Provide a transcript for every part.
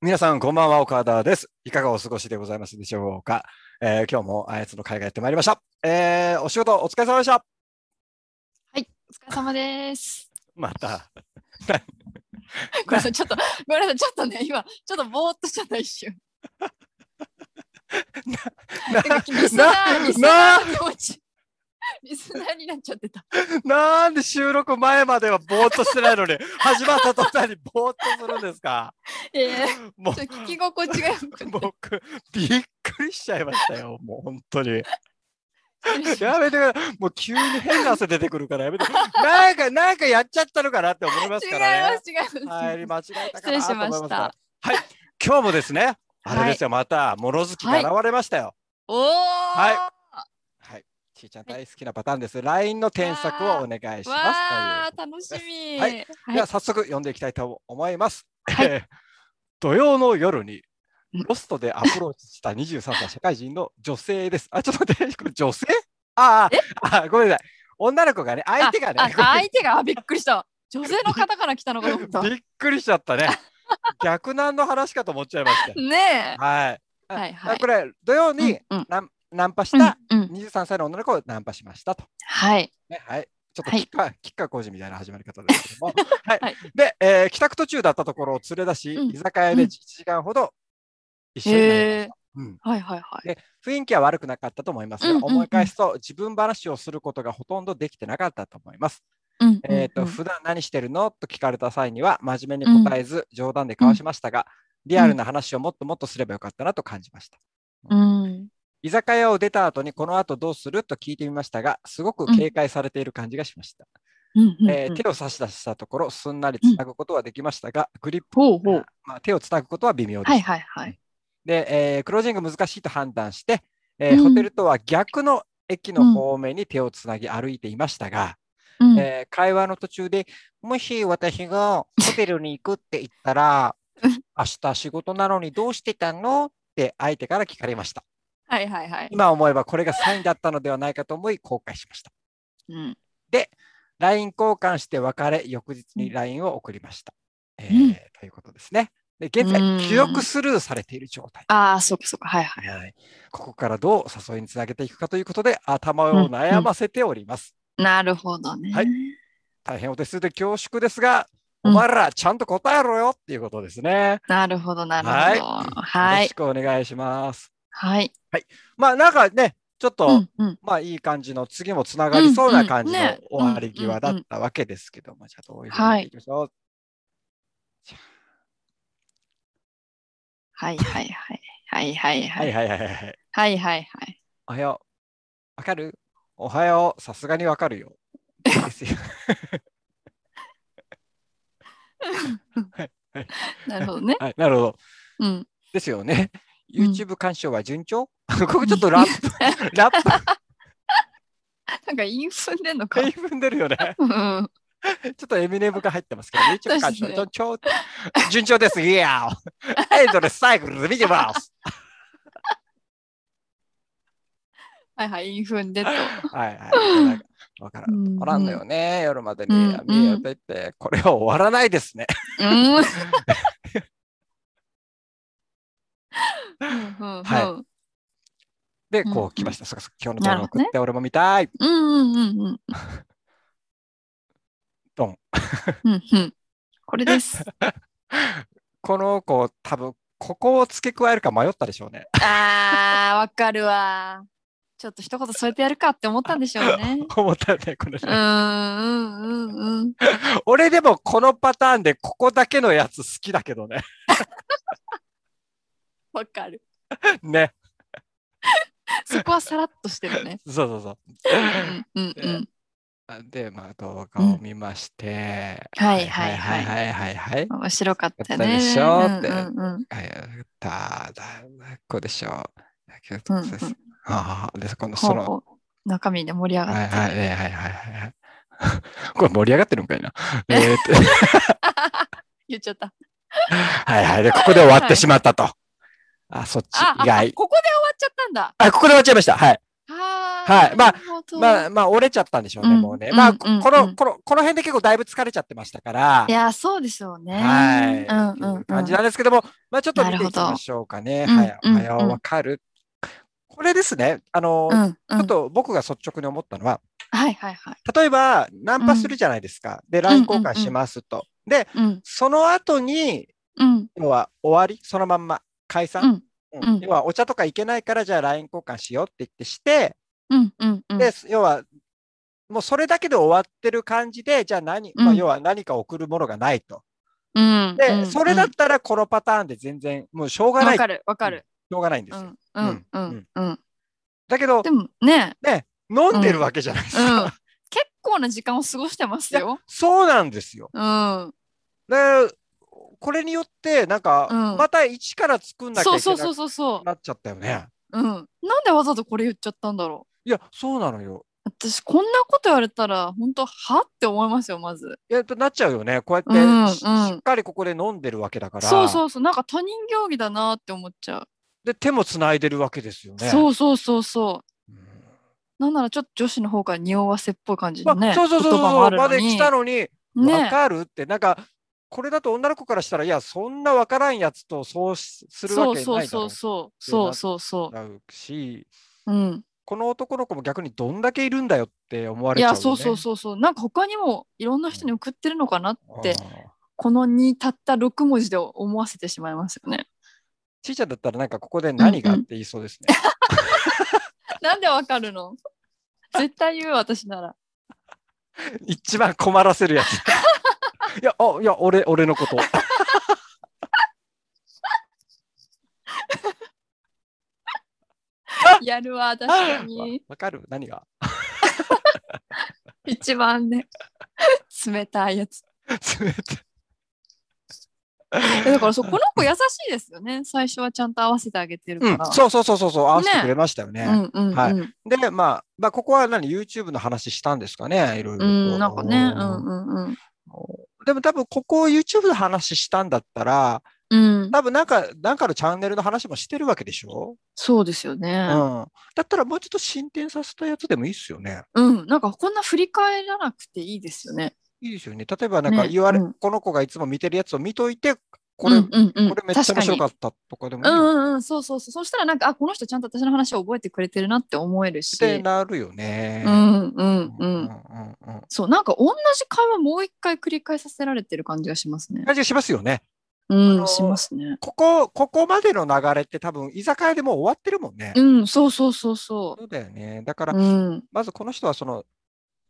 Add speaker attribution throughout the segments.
Speaker 1: 皆さん、こんばんは、岡田です。いかがお過ごしでございますでしょうか。えー、今日もあやつの会がやってまいりました。えー、お仕事お疲れ様でした。はい、
Speaker 2: お疲れ様です。
Speaker 1: また。
Speaker 2: ごめんなさい、ちょっと、ごめんなさい、ちょっとね、今、ちょっとぼーっとしちゃった 一瞬。な、な、リスナー、リスナー気持ち。リスナーになっちゃってた。
Speaker 1: なんで収録前まではぼーっとしてないのに、 始まった途端にぼーっとするんですか。
Speaker 2: ええー、もう聞き心地がよく
Speaker 1: 僕、びっくりしちゃいましたよ、もう本当に。やめてもう急に変な汗出てくるからやめてなんか、なんかやっちゃったのかなって思いますから
Speaker 2: ね。違います、違います。入
Speaker 1: り間違えた
Speaker 2: かなと思いますから。
Speaker 1: はい、今日もですね、あれですよ、また、諸月が現れましたよ。
Speaker 2: お、。
Speaker 1: はい、はいちーちゃん大好きなパターンです。はい、LINE の添削をお願いします
Speaker 2: 楽しみ。
Speaker 1: はい、では早速読んでいきたいと思います。はい、土曜の夜にロストでアプローチした23歳社会人の女性です。あ、ちょっと待って、これ女性ああ、ごめんなさい。女の子がね、相手がね。
Speaker 2: 相手がびっくりした。女性の方から来たのかと思った。
Speaker 1: びっくりしちゃったね。逆難の話かと思っちゃいま した。
Speaker 2: ね
Speaker 1: はい。はいはい、これ土曜に、うんナンパした23歳の女の子をナンパしましたと。
Speaker 2: はい。
Speaker 1: ね、はい。ちょっと吉川吉川浩司みたいな始まり方ですけど も。はい。で、えー、帰宅途中だったところを連れ出し、居酒屋で1時間ほど一緒になりました。
Speaker 2: はいはいはい
Speaker 1: で雰囲気は悪くなかったと思いますが、思い返すと自分話をすることがほとんどできてなかったと思います。うんえーと普段何してるのと聞かれた際には真面目に答えず、冗談で交わしましたが、リアルな話をもっともっとすればよかったなと感じました。
Speaker 2: うん
Speaker 1: 居酒屋を出た後にこの後どうすると聞いてみましたが、すごく警戒されている感じがしました。え手を差し出したところ、すんなりつなぐことはできましたが、グリップ、
Speaker 2: ほう
Speaker 1: まあ、手をつなぐことは微妙で
Speaker 2: した。はいはいはい、
Speaker 1: で、えー、クロージング難しいと判断して、えーうん、ホテルとは逆の駅の方面に手をつなぎ歩いていましたが、うん、えー、会話の途中で、もし私がホテルに行くって言ったら、明日仕事なのにどうしてたのって相手から聞かれました。
Speaker 2: はいはいはい、
Speaker 1: 今思えばこれがサインだったのではないかと思い後悔しました。
Speaker 2: うん、
Speaker 1: で、LINE 交換して別れ、翌日に LINE を送りました。うん、えー、ということですね。で現在、記憶スルーされている状態。
Speaker 2: ああ、そうかそうか、はいはい、はい、
Speaker 1: ここからどう誘いにつなげていくかということで、頭を悩ませております。
Speaker 2: うんうん、なるほどね、
Speaker 1: はい。大変お手数で恐縮ですが、お前らちゃんと答えろよっていうことですね。
Speaker 2: なるほど、なるほど。
Speaker 1: はい。よろしくお願いします。
Speaker 2: はい。
Speaker 1: はい。まあなんかね、ちょっと、うんうん、まあいい感じの次もつながりそうな感じの終わり際だったわけですけども、じゃあどういうふうにいきましょう。
Speaker 2: はい、はいはいはいはいは
Speaker 1: はい
Speaker 2: い
Speaker 1: はいはいはい
Speaker 2: はいはいはい
Speaker 1: おはよう。わかるおはよう。さすがにわかるよ。ですよ。
Speaker 2: はいはい、なるほど ね。
Speaker 1: はい、なるほど。
Speaker 2: うん、
Speaker 1: ですよね。YouTube 鑑賞は順調、 うん、ここちょっとラップ、 ラップ。
Speaker 2: なんかインフンでんのか。
Speaker 1: インフンでるよね。
Speaker 2: うん、
Speaker 1: ちょっとエミネムが入ってますけど、YouTube 鑑賞、ね、順調順調です。いや エンドレスサイクル見てます。
Speaker 2: はいはい、インフンでと。
Speaker 1: はいはい。わからん。わらんのよね、夜までに。うん、やべって、これは終わらないですね。
Speaker 2: うん
Speaker 1: はい。で、こう来ました。そうか、今日の動画送って俺も見たい。
Speaker 2: うんうんうんうん。
Speaker 1: ドン。
Speaker 2: うんうん。これです。
Speaker 1: この子、多分ここを付け加えるか迷ったでしょうね。
Speaker 2: ああ、わかるわ。ちょっと一言添えてやるかって思ったんでしょうね。
Speaker 1: 思ったね、これ、ね。
Speaker 2: うんうんうんうん。
Speaker 1: 俺でもこのパターンでここだけのやつ好きだけどね。
Speaker 2: わかる。
Speaker 1: ね。
Speaker 2: そこはさらっとしてるね。
Speaker 1: そうそうそう。
Speaker 2: うんうん
Speaker 1: うん。で、まあ、動画を見まして、
Speaker 2: はいはいはい
Speaker 1: はいはいはい。
Speaker 2: 面白かったね。
Speaker 1: でしょって。うんうんうん、だ、だ、こうでしょう。だけど、うんうん、ああ、で、今度その。
Speaker 2: 中身で盛り上がって
Speaker 1: はいはいはいはい。 これ盛り上がってるんかい な。えっと。
Speaker 2: 言っちゃった。
Speaker 1: はいはい。で、ここで終わってしまったと。あ、そっち以外。
Speaker 2: ここで終わっちゃったんだ。
Speaker 1: あ、ここで終わっちゃいました。はい。
Speaker 2: は
Speaker 1: はいまあ
Speaker 2: あ
Speaker 1: まあ、まあ、折れちゃったんでしょうね、
Speaker 2: うん
Speaker 1: もうね。まあ、
Speaker 2: うん
Speaker 1: こ
Speaker 2: うん
Speaker 1: こ
Speaker 2: う
Speaker 1: の、
Speaker 2: ん
Speaker 1: この、この辺で結構だいぶ疲れちゃってましたから
Speaker 2: い、や、そうでしょうね。
Speaker 1: はい、
Speaker 2: うんうん、うん。
Speaker 1: 感じなんですけども、まあ、ちょっと見ていき
Speaker 2: なるほど
Speaker 1: ましょうかね。
Speaker 2: うん
Speaker 1: はい、お
Speaker 2: うん
Speaker 1: はよう、わかる。これですね、あの、
Speaker 2: うんう
Speaker 1: ちょっ
Speaker 2: ん、
Speaker 1: と僕が率直に思ったのは、
Speaker 2: はいはいはい。
Speaker 1: 例えば、ナンパするじゃないですか。で、LINE 交換しますと。で、
Speaker 2: うん
Speaker 1: その後に、
Speaker 2: うん
Speaker 1: 要は終わり、そのまんま解
Speaker 2: う
Speaker 1: 散。
Speaker 2: ん
Speaker 1: うん
Speaker 2: うん
Speaker 1: 要はお茶とか行けないから、じゃあ LINE 交換しようって言ってして、
Speaker 2: うんうんうん。
Speaker 1: で、要は、もうそれだけで終わってる感じで、じゃあ何、まあ、
Speaker 2: うん
Speaker 1: 要は何か送るものがないと。
Speaker 2: うん、
Speaker 1: で、
Speaker 2: うん
Speaker 1: それだったらこのパターンで全然、もうしょう
Speaker 2: うん
Speaker 1: がな
Speaker 2: わ
Speaker 1: い、し
Speaker 2: かるわかる。
Speaker 1: ょうがないんで
Speaker 2: う
Speaker 1: すよ。
Speaker 2: んうん
Speaker 1: う
Speaker 2: う
Speaker 1: ん
Speaker 2: んうん。
Speaker 1: だけど
Speaker 2: で、もね、
Speaker 1: 飲んでるわけじゃないです
Speaker 2: う
Speaker 1: か。
Speaker 2: ん。 結構な時間を過ごしてますよ。
Speaker 1: そうなんですよ。
Speaker 2: うん。
Speaker 1: で、これによって、なんか
Speaker 2: う、ん
Speaker 1: また一から作んなきゃいけ
Speaker 2: そ
Speaker 1: な
Speaker 2: うそうそう
Speaker 1: く
Speaker 2: そうそ
Speaker 1: なっちゃったよね。
Speaker 2: う。うん。なんでわざとこれ言っちゃったんだろ
Speaker 1: いや、そうなのよ。
Speaker 2: う。私こんなこと言われたら本当はって思いますよまず。
Speaker 1: いや、なっちゃうよね。こう
Speaker 2: うん
Speaker 1: や
Speaker 2: う
Speaker 1: っ
Speaker 2: ん
Speaker 1: てし、しっかりここで飲んでるわけだから。
Speaker 2: そうそうそうなんか他人行儀だなって思っちゃ
Speaker 1: で、手もつないでるわけですよ
Speaker 2: う。
Speaker 1: ね。
Speaker 2: そうそうそうそう。
Speaker 1: うん
Speaker 2: なんならちょっと女子の方から匂わせっぽい感じ
Speaker 1: ま
Speaker 2: の
Speaker 1: あ
Speaker 2: ね、
Speaker 1: そうそうそう
Speaker 2: 言葉
Speaker 1: そ
Speaker 2: も
Speaker 1: う
Speaker 2: ある
Speaker 1: ま
Speaker 2: の
Speaker 1: で
Speaker 2: に。
Speaker 1: 来たのに、わ
Speaker 2: ね、
Speaker 1: かるって、なんか、これだと女の子からしたら、いや、そんなわからんやつとそうしする
Speaker 2: そ
Speaker 1: わ
Speaker 2: う
Speaker 1: け
Speaker 2: そ
Speaker 1: な
Speaker 2: う
Speaker 1: いだ
Speaker 2: そ
Speaker 1: ろう
Speaker 2: うそうそうそうそ
Speaker 1: だろうし、
Speaker 2: う。うん。
Speaker 1: この男の子も逆にどんだけいるんだよって思わ
Speaker 2: い
Speaker 1: れちゃうよ、
Speaker 2: や
Speaker 1: ね。
Speaker 2: そうそうそうそうなんか他にもいろんな人に送ってるのかなって
Speaker 1: あー
Speaker 2: この2たった6文字で思わせてしまいますよね。
Speaker 1: ちいちゃんだったら、なんかここで何が
Speaker 2: う
Speaker 1: っ
Speaker 2: んうん
Speaker 1: て言いそうです ね。
Speaker 2: なんでわかるの絶対言う私なら。
Speaker 1: 一番困らせるやつ。いや、あ、いや、俺、俺のこと。
Speaker 2: やるわ確かに。
Speaker 1: わかる何が
Speaker 2: 一番ね冷たいやつ。
Speaker 1: 冷たい
Speaker 2: えだからそうこの子優しいですよね最初はちゃんと合わせてあげて
Speaker 1: う
Speaker 2: るか
Speaker 1: ん
Speaker 2: ら。、
Speaker 1: そうそうそうそうそう、合わせて
Speaker 2: ね
Speaker 1: くれましたよね。
Speaker 2: うんうんうん。
Speaker 1: はいで、まあ、まあ、ここは何 ?YouTube の話したんですかねいろいろと。
Speaker 2: うん、なんかね、うんうんうん。
Speaker 1: でも多分ここを YouTube の話したんだったら、
Speaker 2: うん、
Speaker 1: 多分なんか、なんかのチャンネルの話もしてるわけでしょ、
Speaker 2: そうですよ
Speaker 1: う
Speaker 2: ね。
Speaker 1: ん、だったらもうちょっと進展させたやつでもいいっすよね。
Speaker 2: うん、なんかこんな振り返らなくていいですよね。
Speaker 1: いいですよね。例えばなんか
Speaker 2: ね
Speaker 1: URL、
Speaker 2: うん
Speaker 1: この子がいつも見てるやつを見といて、これ、
Speaker 2: うんうんうん、
Speaker 1: これめっちゃ面白か
Speaker 2: っ
Speaker 1: ったとかでもいい
Speaker 2: たう
Speaker 1: よね
Speaker 2: んうんうん、そうそうそう。そしたらなんか、あ、この人ちゃんと私の話を覚えてくれてるなって思えるし。
Speaker 1: ってなるよね。
Speaker 2: うんうん
Speaker 1: う
Speaker 2: うんん。
Speaker 1: うんうん
Speaker 2: そう、なんか同じ会話もう一回繰り返させられてる感じがしますね。
Speaker 1: 感じがしますよね。
Speaker 2: う
Speaker 1: の
Speaker 2: ん、しますね。
Speaker 1: ここ、ここまでの流れって多分居酒屋でもう終わってるもんね。
Speaker 2: うん、そうそうそうそ
Speaker 1: そうだよね。だから
Speaker 2: う。う、ん、
Speaker 1: まずこの人はその、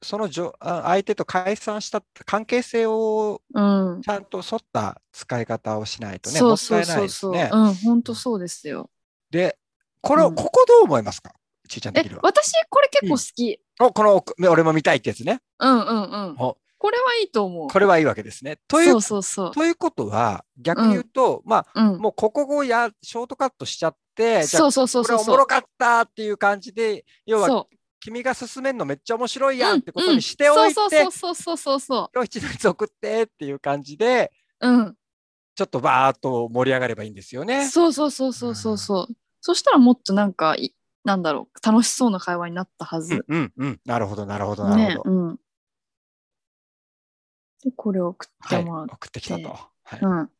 Speaker 1: そのじょあ相手と解散した関係性を
Speaker 2: うん。
Speaker 1: ちゃんと沿った使い方をしないとね、
Speaker 2: そうそう
Speaker 1: もったいないう
Speaker 2: そ
Speaker 1: ですね。
Speaker 2: そう。うん、本当そうですよ。
Speaker 1: で、これを、
Speaker 2: うん
Speaker 1: ここどう思いますかちいちゃん
Speaker 2: え
Speaker 1: 的に、は。
Speaker 2: 私これ結構好き。
Speaker 1: お、この奥、俺も見たいってやつね。
Speaker 2: うんうんうん。
Speaker 1: お
Speaker 2: これはいいと思う。
Speaker 1: これはいいわけですね。という、
Speaker 2: そうそうそう。
Speaker 1: ということは、逆に言うと、まあ、
Speaker 2: うん。
Speaker 1: もうここをや、ショートカットしちゃって、じゃ
Speaker 2: そ
Speaker 1: あ、
Speaker 2: うそうそう
Speaker 1: こ
Speaker 2: そ
Speaker 1: れ
Speaker 2: う
Speaker 1: お
Speaker 2: そ
Speaker 1: も
Speaker 2: う
Speaker 1: ろ。かったっていう感じで、要は、
Speaker 2: そう
Speaker 1: 君が進めるのめっちゃ面白いやんってこ
Speaker 2: うん
Speaker 1: と
Speaker 2: うん
Speaker 1: にしておい
Speaker 2: そう
Speaker 1: て、
Speaker 2: そうそうそうそうそ
Speaker 1: 今日一日送ってっていう感じで、
Speaker 2: う。うん。
Speaker 1: ちょっとバーっと盛り上がればいいんですよね。
Speaker 2: そうそうそうそうそうそう。そしたらもっとなんかいなんだろう楽しそうな会話になったは
Speaker 1: うん
Speaker 2: ず。
Speaker 1: うんうん。なるほど、なるほど、なる
Speaker 2: ね
Speaker 1: ほ。ど。
Speaker 2: うん。でこれを送って
Speaker 1: はい、
Speaker 2: もらう。
Speaker 1: 送ってきたと。はい
Speaker 2: うん。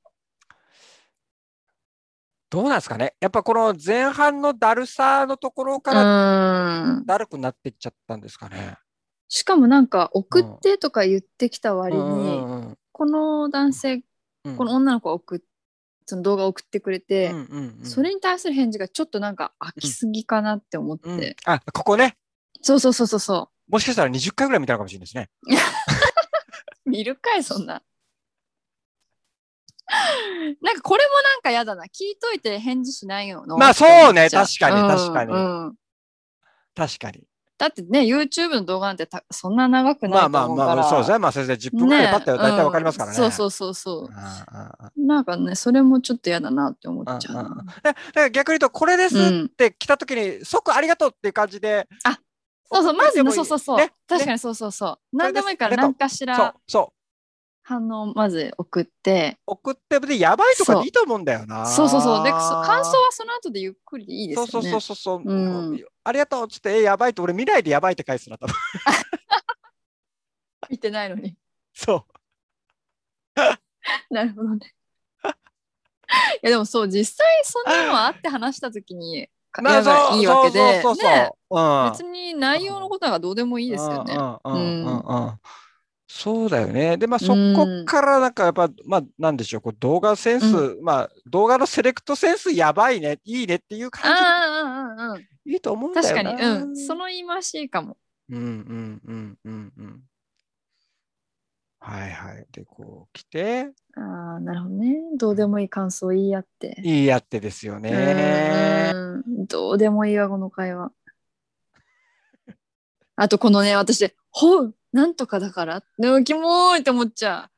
Speaker 1: どうなんですかねやっぱこの前半のだるさのところ
Speaker 2: う
Speaker 1: から
Speaker 2: ーん
Speaker 1: だるくなってっちゃったんですかね。
Speaker 2: しかもなんか送ってとか言ってきた割に、
Speaker 1: うんうん
Speaker 2: この男性
Speaker 1: うん
Speaker 2: この女の子が送っその動画を送ってくれて、
Speaker 1: うんうんうん
Speaker 2: それに対する返事がちょっとなんか飽きすぎかなって思って、
Speaker 1: うんあ、ここね。
Speaker 2: そうそうそうそうそ
Speaker 1: もしかしたら20回ぐらい見たのかもしれないですね。
Speaker 2: う 見るかいそんななんかこれもなんかやだな聞いといて返事しないよの
Speaker 1: まあそうね
Speaker 2: って思っちゃう
Speaker 1: 確かに確かに
Speaker 2: うんうん
Speaker 1: 確かに。
Speaker 2: だってね YouTube の動画なんてたそんな長
Speaker 1: ま
Speaker 2: くな
Speaker 1: あ
Speaker 2: いと
Speaker 1: まあ
Speaker 2: 思うから
Speaker 1: まあ、そうですね。まあ先生、10分ぐらい経ったら大体わかりますからね。
Speaker 2: うんそうそうそう
Speaker 1: うん。うんうん。
Speaker 2: そうなんかねそれもちょっとやだなって思っちゃう
Speaker 1: うんうん
Speaker 2: な
Speaker 1: えだから逆に言うと、これです
Speaker 2: う
Speaker 1: っ
Speaker 2: ん
Speaker 1: て来た時に、即ありがとうっていう感じで。
Speaker 2: あそうそうまずね
Speaker 1: ね
Speaker 2: そうそうそう、
Speaker 1: ね
Speaker 2: 確かにそうそうそう何でもいいか
Speaker 1: あり
Speaker 2: ら
Speaker 1: がとう
Speaker 2: 何かし
Speaker 1: そう
Speaker 2: ら
Speaker 1: そう。
Speaker 2: 反応をまず送って
Speaker 1: 送ってでやばいとかでいいと思うんだよな。
Speaker 2: そうそうそうでそ感想はその後でゆっくりでいいですよ
Speaker 1: そ
Speaker 2: ね
Speaker 1: うそうそうそう。
Speaker 2: うん
Speaker 1: ありがとうっつって、え、やばいと、俺未来でやばいって返すな、多分。
Speaker 2: 見てないのに。
Speaker 1: そ
Speaker 2: なるほどね。いやでもそう実際そんなのはあって話した時 に
Speaker 1: う。
Speaker 2: かやがいいわけで
Speaker 1: そうそうそうそう
Speaker 2: ね
Speaker 1: うん。
Speaker 2: 別に内容のことがどうでもいいですよね。
Speaker 1: うんうんうん
Speaker 2: うん
Speaker 1: うんうんそうだよね。で、まあ、そ
Speaker 2: うん
Speaker 1: こから、なんか、やっぱ、まあ、なんでしょう、こう動画センス、まあ、動画のセレクトセンス、やばいね、いいねっていう
Speaker 2: あ
Speaker 1: 感
Speaker 2: あああああ
Speaker 1: じ、いいと思うんだよ
Speaker 2: 確か
Speaker 1: な。
Speaker 2: にうんその言い回しいいかも。
Speaker 1: うんうんうんうんうん。はいはい。で、こう来て、
Speaker 2: ああなるほどねどうでもいい感想言い合って。
Speaker 1: いいやってですよね。
Speaker 2: うんどうでもいいわこの会話。あとこのね私「ほうなんとかだから」でもキモーいって思っちゃ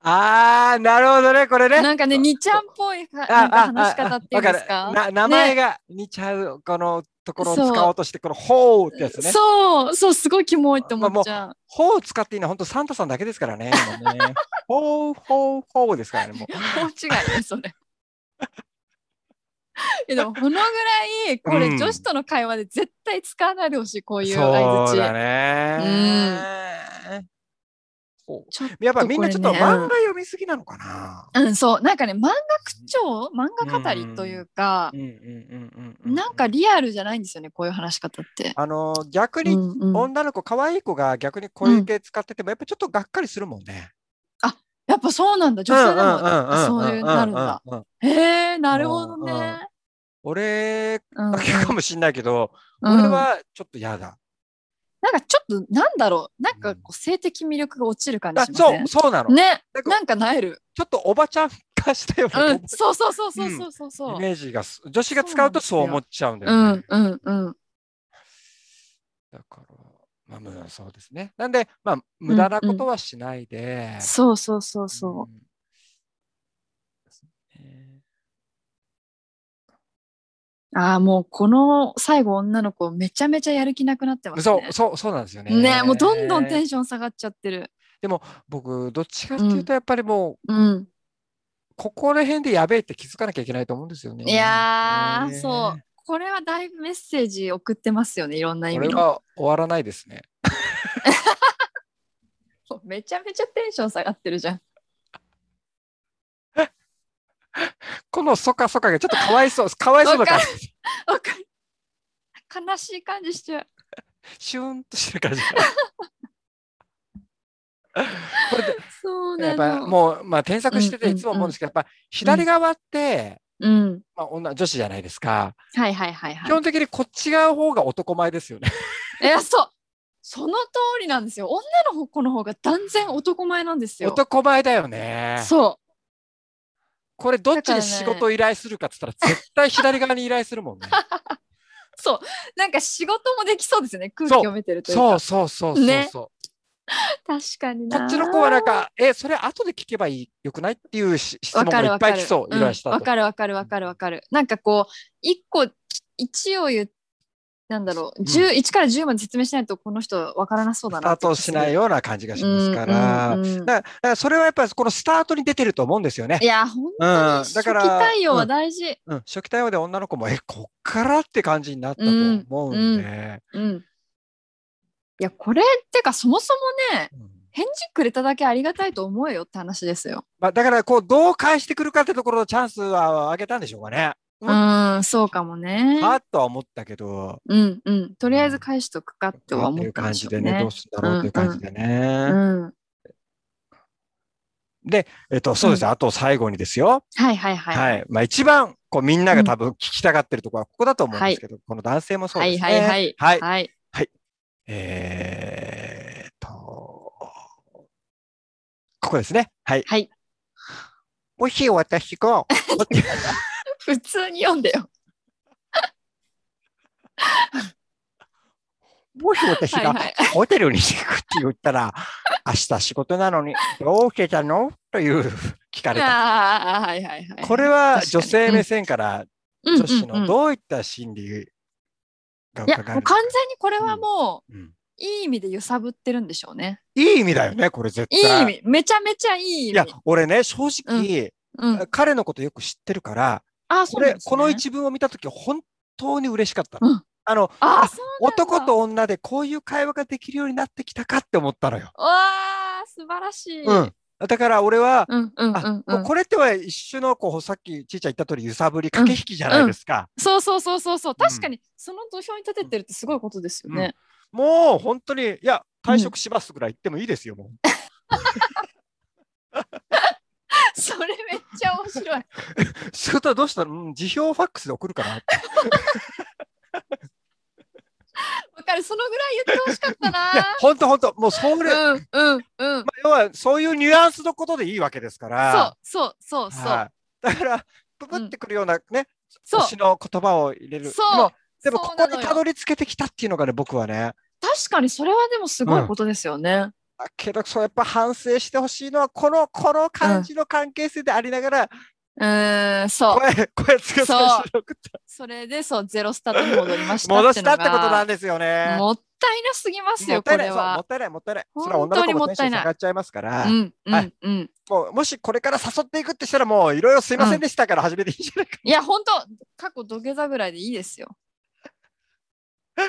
Speaker 1: あー、なるほどね、これ
Speaker 2: う。
Speaker 1: ね。
Speaker 2: なんかね2ちゃんっぽいかなんか話し方っていうんです
Speaker 1: わ
Speaker 2: か
Speaker 1: るな名前が似ちゃう、このところを使おうとして、この、ほうってやつね。
Speaker 2: そうそうすごいキモいって思っちゃう。
Speaker 1: ほう使っていいのは本当サンタさんだけですからね。今 ねほうほうほうですからね。もう
Speaker 2: 大違いねそれ。 いやでもこのぐらいこれ
Speaker 1: うん
Speaker 2: 女子との会話で絶対使わないでほしいこういう相
Speaker 1: そうだ
Speaker 2: 槌。
Speaker 1: ね。ほう
Speaker 2: ちょっと
Speaker 1: やっぱみんなちょっと
Speaker 2: これねうん
Speaker 1: 漫画読みすぎなのかな。
Speaker 2: うん、そうなんかね漫画口調漫画語りというか、
Speaker 1: うんうんうんう
Speaker 2: なんかリアルじゃないんですよねこういう話し方って。
Speaker 1: あの逆
Speaker 2: う
Speaker 1: に
Speaker 2: んうん、
Speaker 1: 女の子可愛い子が逆にこういう系使っててもやっぱちょっとがっかりするもんね。
Speaker 2: やっぱそうなんだ女性でもやっぱ
Speaker 1: んんんんん
Speaker 2: そういうなるんだ。。
Speaker 1: うんうん
Speaker 2: へえなるほどね。
Speaker 1: 俺
Speaker 2: うんうん
Speaker 1: だけかもしんないけど、
Speaker 2: うん
Speaker 1: 俺はちょっと嫌だ。
Speaker 2: なんかちょっとなんだろうなんかこう性的魅力が落ちる感じ
Speaker 1: あ
Speaker 2: しませ
Speaker 1: そ
Speaker 2: ん
Speaker 1: うそうなの。
Speaker 2: ね
Speaker 1: なんか
Speaker 2: なんかなえる。
Speaker 1: ちょっとおばちゃん化したよう
Speaker 2: う、
Speaker 1: なん
Speaker 2: そうそうそうそうそうそうそう。
Speaker 1: イメージがす、女子が使うとそう思っちゃうんだ
Speaker 2: う
Speaker 1: よね
Speaker 2: ん。うんうん。
Speaker 1: だから、まあむ、そうですね。なんで、まあ、無駄なことはしないで。
Speaker 2: そうそうそうそ
Speaker 1: うんですね
Speaker 2: う。ああもうこの最後女の子めちゃめちゃやる気なくなってます
Speaker 1: そ
Speaker 2: ね
Speaker 1: う、。そう、そうなんですよね。
Speaker 2: ねもうどんどんテンション下がっちゃってる。
Speaker 1: 僕、どっちかっていうと、やっぱりもう、
Speaker 2: うん。
Speaker 1: ここら辺でやべえって気づかなきゃいけないと思うんですよね。
Speaker 2: いやー、
Speaker 1: ね
Speaker 2: そう。。これはだいぶメッセージ送ってますよねいろんな意
Speaker 1: こ
Speaker 2: 味
Speaker 1: れ
Speaker 2: の。
Speaker 1: は終わらないですね。
Speaker 2: そう めちゃめちゃテンション下がってるじゃん。
Speaker 1: このそかそかがちょっとかわい そう、かわいそうだから、
Speaker 2: わかる。悲しい感じしちゃう。
Speaker 1: シューンとしてる感じ。これで
Speaker 2: そう
Speaker 1: や
Speaker 2: な
Speaker 1: っ
Speaker 2: の。
Speaker 1: ぱもう、まあ、添削してて
Speaker 2: うん
Speaker 1: い
Speaker 2: うん
Speaker 1: つも思うんですけど、やっぱ左側って、
Speaker 2: うん。
Speaker 1: まあ、女女子じゃないですか、
Speaker 2: はいはいはい
Speaker 1: 基
Speaker 2: は
Speaker 1: 本的にこっち側の方が男前ですよね。
Speaker 2: い。いやそう。その通りなんですよ。女の子の方が断然男前なんですよ。
Speaker 1: 男前だよね。
Speaker 2: そ
Speaker 1: これどっちに
Speaker 2: だからね
Speaker 1: 仕事を依頼するかっつったら絶対左側に依頼するもんね。
Speaker 2: うそうなんか仕事もでき そうですよね空気読めてるという
Speaker 1: そ
Speaker 2: か
Speaker 1: うそうそうそうそう、
Speaker 2: ね
Speaker 1: こ
Speaker 2: 確かにな
Speaker 1: っちの子はなんか、え、それ後で聞けばいいよくないっていうし質
Speaker 2: わ
Speaker 1: 問がい
Speaker 2: かる
Speaker 1: っ
Speaker 2: わ
Speaker 1: ぱ
Speaker 2: か
Speaker 1: い
Speaker 2: る
Speaker 1: 来そう、依
Speaker 2: ん
Speaker 1: 頼
Speaker 2: わ
Speaker 1: した後。
Speaker 2: かるわかるわかるわかるなんかこう一個一を言うなんだろう、
Speaker 1: ん
Speaker 2: 十1から10まで説明しないとこの人わからなそうだ
Speaker 1: ス
Speaker 2: な
Speaker 1: タートしない
Speaker 2: よ
Speaker 1: ような感じがしますから。
Speaker 2: うんうんうん
Speaker 1: だからだからそれはやっぱりこのスタートに出てると思うんですよね
Speaker 2: い。や本当に
Speaker 1: うん
Speaker 2: 初
Speaker 1: だ
Speaker 2: 期
Speaker 1: から
Speaker 2: 対応は大事、
Speaker 1: うん、初期対応で女の子も、え、こっからって感じになったと思うんで。
Speaker 2: うんいやこれってかそもそもね
Speaker 1: うん
Speaker 2: 返事くれただけありがたいと思うよって話ですよ。
Speaker 1: まあ、だから、こう、どう返してくるかってところのチャンスはあげたんでしょうかね。う
Speaker 2: うん、そうかもね。
Speaker 1: はあとは思ったけど、
Speaker 2: うんうん、とりあえず返しとくかって
Speaker 1: っ
Speaker 2: は
Speaker 1: て
Speaker 2: 思
Speaker 1: い
Speaker 2: っ
Speaker 1: う
Speaker 2: たん
Speaker 1: 感
Speaker 2: でし
Speaker 1: じ
Speaker 2: ょ
Speaker 1: で
Speaker 2: うね。
Speaker 1: ね、どうするんだろうという感じでね。
Speaker 2: うん、
Speaker 1: えっと、そうですね、あと最後にですよ。
Speaker 2: はいはいはい。
Speaker 1: はい。まあ、一番、こう、みんなが多分聞きたがってるところはここだと思うんですけど、この男性もそう
Speaker 2: は
Speaker 1: で
Speaker 2: い
Speaker 1: すね。
Speaker 2: はいはい。
Speaker 1: はい。
Speaker 2: はい。
Speaker 1: えーっと、ここですね。はい。
Speaker 2: はい。
Speaker 1: もし私が、
Speaker 2: 普通に読んでよ。
Speaker 1: もし私
Speaker 2: はい
Speaker 1: が
Speaker 2: はい。
Speaker 1: ホテルに行くって言ったら、明日仕事なのに、どうしてたのという聞かれた。
Speaker 2: ああ、はいはいはい。
Speaker 1: これは
Speaker 2: 確か
Speaker 1: 女
Speaker 2: に
Speaker 1: 性目線から
Speaker 2: うんうんう
Speaker 1: 女
Speaker 2: ん
Speaker 1: 子のどういった心理が
Speaker 2: い
Speaker 1: 伺
Speaker 2: や、
Speaker 1: え
Speaker 2: も
Speaker 1: るですか
Speaker 2: うん完全にこれはもう、
Speaker 1: うん
Speaker 2: いい意味で揺さぶってるんでしょうね。
Speaker 1: いい意味だよね、これ絶
Speaker 2: い
Speaker 1: 対。
Speaker 2: い意味。めちゃめちゃいい
Speaker 1: い
Speaker 2: 意
Speaker 1: や
Speaker 2: 味。、
Speaker 1: 俺ね、正直、
Speaker 2: うん、あ
Speaker 1: 彼のことよく知ってるから、
Speaker 2: あ、
Speaker 1: こ
Speaker 2: そうなん
Speaker 1: れ
Speaker 2: で、すね
Speaker 1: この一文を見たとき、本当に嬉しかったの。
Speaker 2: うん
Speaker 1: あの、
Speaker 2: あ
Speaker 1: あ
Speaker 2: そうなんだ
Speaker 1: 男と女でこういう会話ができるようになってきたかって思ったのよ。
Speaker 2: わあ素晴らしい。
Speaker 1: うん。だから俺は、
Speaker 2: うんうんう
Speaker 1: あ
Speaker 2: んう。
Speaker 1: もうんこれっては一種のこうさっきちいちゃん言った通り揺さぶり駆け引きじゃないですか、
Speaker 2: そうそうそうそうそ
Speaker 1: う
Speaker 2: う。
Speaker 1: ん
Speaker 2: 確かにその土俵に立ててるってすごいことですよね。
Speaker 1: もう本当にいや退職しますぐらい言ってもいいですよもう
Speaker 2: それめっちゃ面白い。
Speaker 1: 仕事はどうしたら、うん、辞表をファックスで送るか なって
Speaker 2: わかる。そのぐらい言ってほしかった
Speaker 1: いや
Speaker 2: な。
Speaker 1: 本当本当もうそれ、まあ、
Speaker 2: うんうんうん。
Speaker 1: 要はそういうニュアンスのことでいいわけですから
Speaker 2: そうそうそうそう。
Speaker 1: はい、だからププってくるようなね、
Speaker 2: そう
Speaker 1: 推しの言葉を入れる
Speaker 2: そう
Speaker 1: でもでも
Speaker 2: そ
Speaker 1: こ
Speaker 2: う
Speaker 1: こ
Speaker 2: なのよ
Speaker 1: にたどり着けてきたっていうのがね僕はね
Speaker 2: 確かにそれはでもすごいことですよね。
Speaker 1: だけどそうやっぱ反省してほしいのはこのこの感じの関係性でありながら、
Speaker 2: うーん、そう。
Speaker 1: 声声つけさせて送った
Speaker 2: それでそうゼロスタートに戻りました
Speaker 1: 戻したってことなん
Speaker 2: で
Speaker 1: ですよね。
Speaker 2: もったいなすぎます
Speaker 1: も
Speaker 2: よ
Speaker 1: った
Speaker 2: こ
Speaker 1: いない
Speaker 2: れ
Speaker 1: そうも
Speaker 2: は
Speaker 1: っ。たいないもったいないそれは
Speaker 2: 本
Speaker 1: 女
Speaker 2: 当
Speaker 1: の
Speaker 2: に
Speaker 1: 子
Speaker 2: も
Speaker 1: も
Speaker 2: っ
Speaker 1: テンショ
Speaker 2: たい
Speaker 1: ン
Speaker 2: ない
Speaker 1: 下がっちゃいますから、
Speaker 2: うんう
Speaker 1: は
Speaker 2: ん
Speaker 1: い
Speaker 2: うん。
Speaker 1: もうもしこれから誘っていくってしたらもういろいろすいませんでしたから始めていいんじゃないか、
Speaker 2: いや本当過去土下座ぐらいでいいです よ。
Speaker 1: う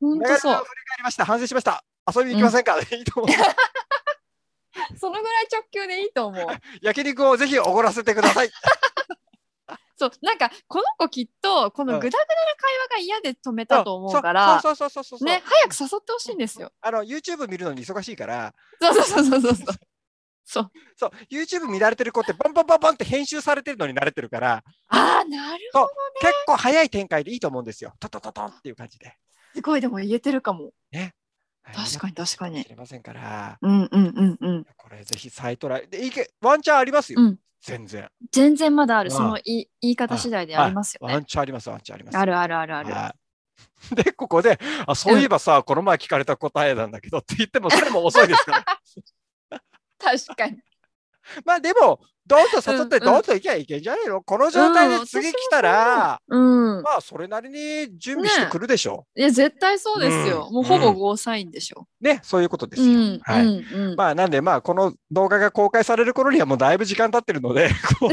Speaker 2: 本
Speaker 1: 長々振
Speaker 2: 当
Speaker 1: り
Speaker 2: そ
Speaker 1: 返りました反省しま した遊びに行きませんか、いいと思う
Speaker 2: う。そのぐらい直球でいいと思う。
Speaker 1: 焼肉をぜひおごらせてください
Speaker 2: そうなんかこの子きっとこの
Speaker 1: うん
Speaker 2: グダグダな会話が嫌で止めたと思うから
Speaker 1: そうそうそうそうそうそう
Speaker 2: ね早く誘ってほしいんですよ。
Speaker 1: あの YouTube 見るのに忙しいから
Speaker 2: そうそうそうそうそうそう。そう
Speaker 1: そう YouTube 見られてる子ってバンバンバンバンって編集されてるのに慣れてるから
Speaker 2: ああなる
Speaker 1: 結構早い展開でいいと思うんですよトトトトンっていう感じで
Speaker 2: すごいでも言えてるかも。確
Speaker 1: に
Speaker 2: かに確かに
Speaker 1: 知。れませんから
Speaker 2: うんうんうんうん。
Speaker 1: これぜひ再トライ。でいけワンチャンありますよ。
Speaker 2: うん
Speaker 1: 全然。
Speaker 2: 全然まだある。
Speaker 1: うん
Speaker 2: その言い言い方次第でありますよ
Speaker 1: ワ
Speaker 2: ね。
Speaker 1: ンチャンあります、ワンチャンあります。
Speaker 2: あるあるあるある。
Speaker 1: はい で、ここであ、そういえばさ、この前聞かれた答えなんだけどって言っても、それも遅いです から。
Speaker 2: 確かに。
Speaker 1: まあでも、どんどん誘っ
Speaker 2: うんう
Speaker 1: て、
Speaker 2: ん
Speaker 1: どんどん行きゃいけんじゃないのこの状態
Speaker 2: う
Speaker 1: で
Speaker 2: ん
Speaker 1: 次来たら、
Speaker 2: うん。
Speaker 1: まあそれなりに準備してくるでしょ
Speaker 2: いや、絶対そうですよ。
Speaker 1: うん
Speaker 2: もうほぼゴーサインでしょ。
Speaker 1: う。ね、そういうことです
Speaker 2: う
Speaker 1: よ。
Speaker 2: ん。
Speaker 1: はい
Speaker 2: うんうん。
Speaker 1: まあなんでまあこの動画が公開される頃にはもうだいぶ時間経ってるの で、こう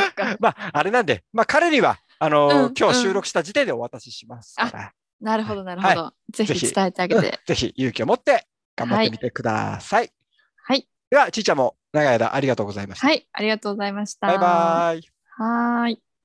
Speaker 2: そっか。
Speaker 1: まああれなんで、まあ彼にはあのー
Speaker 2: うん
Speaker 1: 今日
Speaker 2: うん
Speaker 1: 収録した時点でお渡ししますから。
Speaker 2: なるほど、なるほど。ぜ
Speaker 1: ぜ
Speaker 2: ひ
Speaker 1: ひ
Speaker 2: 伝えてあげ
Speaker 1: うん
Speaker 2: て。
Speaker 1: ぜひ勇気を持って頑張ってみてください。
Speaker 2: はい。
Speaker 1: では、ちいちゃんも長い間ありがとうございました。
Speaker 2: はい。ありがとうございました。
Speaker 1: バイバーイ。
Speaker 2: はーい。